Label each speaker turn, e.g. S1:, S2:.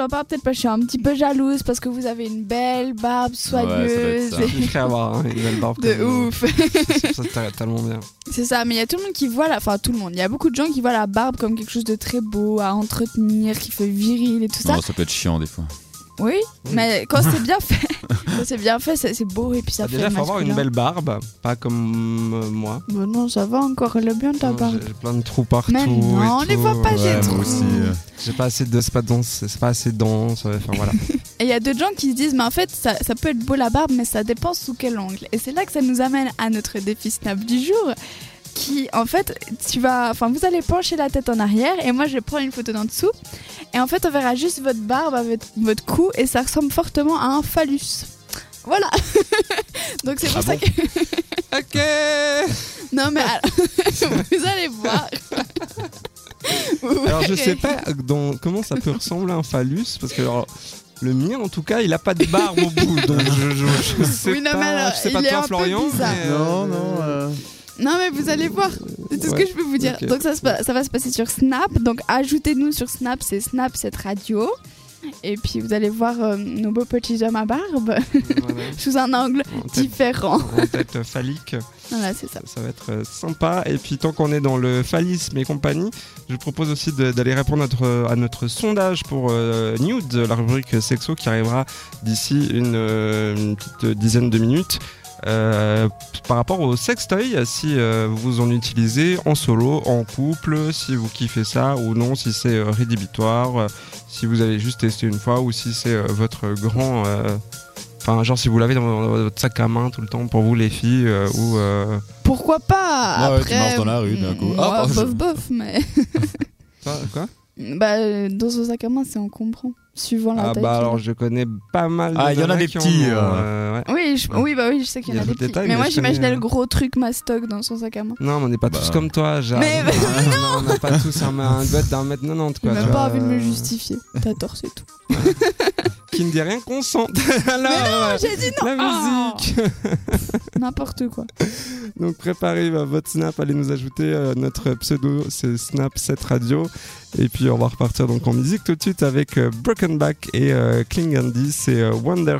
S1: Non, pas peut-être pas, je suis un petit peu jalouse parce que vous avez une belle barbe soyeuse.
S2: ça doit
S1: et-
S2: être Il ferait avoir hein, une belle barbe.
S1: de
S2: comme nous.
S1: ouf.
S2: C'est- c'est- C'est tellement bien.
S1: C'est ça, mais il y a tout le monde qui voit la. Enfin, tout le monde. Il y a beaucoup de gens qui voient la barbe comme quelque chose de très beau à entretenir, qui fait viril et tout ça.
S3: Non, ça peut être chiant des fois.
S1: Oui,
S2: Oui.
S1: mais quand c'est bien fait, quand c'est bien fait, c'est c'est beau et puis ça
S2: Bah,
S1: fait.
S2: déjà, faut avoir une
S1: masculin.
S2: belle barbe, pas comme euh, moi.
S1: Bah non, ça va encore, elle est bien ta
S2: Moi,
S1: barbe.
S2: J'ai j'ai plein de trous partout.
S1: Mais non,
S2: et
S1: on les
S2: tout.
S1: voit pas, j'ai
S2: Ouais,
S1: des
S2: moi
S1: trous.
S2: aussi, euh, J'ai pas assez de. C'est pas dense. C'est pas assez dense. ouais, Enfin voilà.
S1: Et il y a d'autres gens qui se disent, mais en fait, ça, ça peut être beau la barbe, mais ça dépend sous quel angle. Et c'est là que ça nous amène à notre défi Snap du jour, qui, en fait, tu vas, enfin, vous allez pencher la tête en arrière, et moi, je vais prendre une photo d'en dessous, et en fait, on verra juste votre barbe avec votre cou, et ça ressemble fortement à un phallus. Voilà. Donc c'est pour
S2: Ah
S1: ça
S2: bon
S1: que
S2: ok.
S1: non mais alors, vous allez voir. Vous
S2: Alors je
S1: verrez.
S2: sais pas dans- comment ça peut ressembler à un phallus parce que alors, le mien en tout cas il a pas de barbe au bout donc je, je, je sais
S1: Oui, non, mais
S2: pas.
S1: alors,
S2: je sais
S1: il
S2: pas
S1: est un
S2: toi
S1: peu
S2: Florian.
S1: bizarre.
S2: mais, euh,
S3: Non, non. euh,
S1: Non, mais vous allez voir. C'est tout
S2: Ouais,
S1: ce que je peux vous dire.
S2: ok.
S1: Donc, ça, se pa- ça va se passer sur Snap. Donc, ajoutez-nous sur Snap, c'est Snap, cette radio. Et puis, vous allez voir euh, nos beaux petits hommes à barbe
S2: voilà.
S1: sous un angle
S2: En tête-
S1: différent.
S2: en tête euh, phallique.
S1: Voilà, c'est ça.
S2: Ça va être euh, sympa. Et puis tant qu'on est dans le phallisme et compagnie, je vous propose aussi de- d'aller répondre à notre, à notre sondage pour euh, Nude, la rubrique sexo qui arrivera d'ici une, euh, une petite dizaine de minutes. Euh, par rapport au sextoy, si euh, vous en utilisez en solo, en couple, si vous kiffez ça ou non, si c'est euh, rédhibitoire, euh, si vous avez juste testé une fois ou si c'est euh, votre grand... euh, Enfin, genre si vous l'avez dans, dans votre sac à main tout le temps pour vous les filles euh, ou... euh,
S1: Pourquoi pas
S2: Ah
S3: Ouais, ouais, tu
S1: Après,
S3: marches dans la rue, d'un coup.
S1: moi,
S3: Ah, pardon.
S1: bof, bof, mais.
S2: Quoi,
S1: bah, euh, dans son sac à main, c'est encombrant. Suivant la
S2: Ah
S1: taille.
S2: bah
S1: qu'il a.
S2: alors je connais pas mal de
S3: Ah, il y en a
S2: nanas
S3: des
S2: qui en
S3: petits, euh.
S2: ont, euh, ouais.
S1: Oui, je- oui, bah oui, je sais qu'il y en a
S2: Il y
S1: des
S2: a d'autres
S1: petits.
S2: détails,
S1: mais
S2: mais
S1: moi,
S2: je
S1: j'imaginais
S2: connais, euh,
S1: le gros truc mastoc dans son sac à main.
S2: Non mais on n'est pas
S3: Bah.
S2: tous comme toi, Jade.
S1: Mais bah,
S2: non, On n'a pas tous un, un goth d'un mètre
S1: J'ai
S2: 90 quoi. tu
S1: même
S2: vois.
S1: pas envie de me justifier. T'as tort, c'est tout.
S2: Qui ne dit rien qu'on sent. alors, euh,
S1: J'ai dit non
S2: la musique.
S1: Oh, N'importe quoi.
S2: Donc préparez euh, votre snap, allez nous ajouter euh, notre pseudo, c'est Snap 7 Radio. Et puis on va repartir donc en musique tout de suite avec euh, Broken Back et euh, Kling Andy, c'est euh, Wonder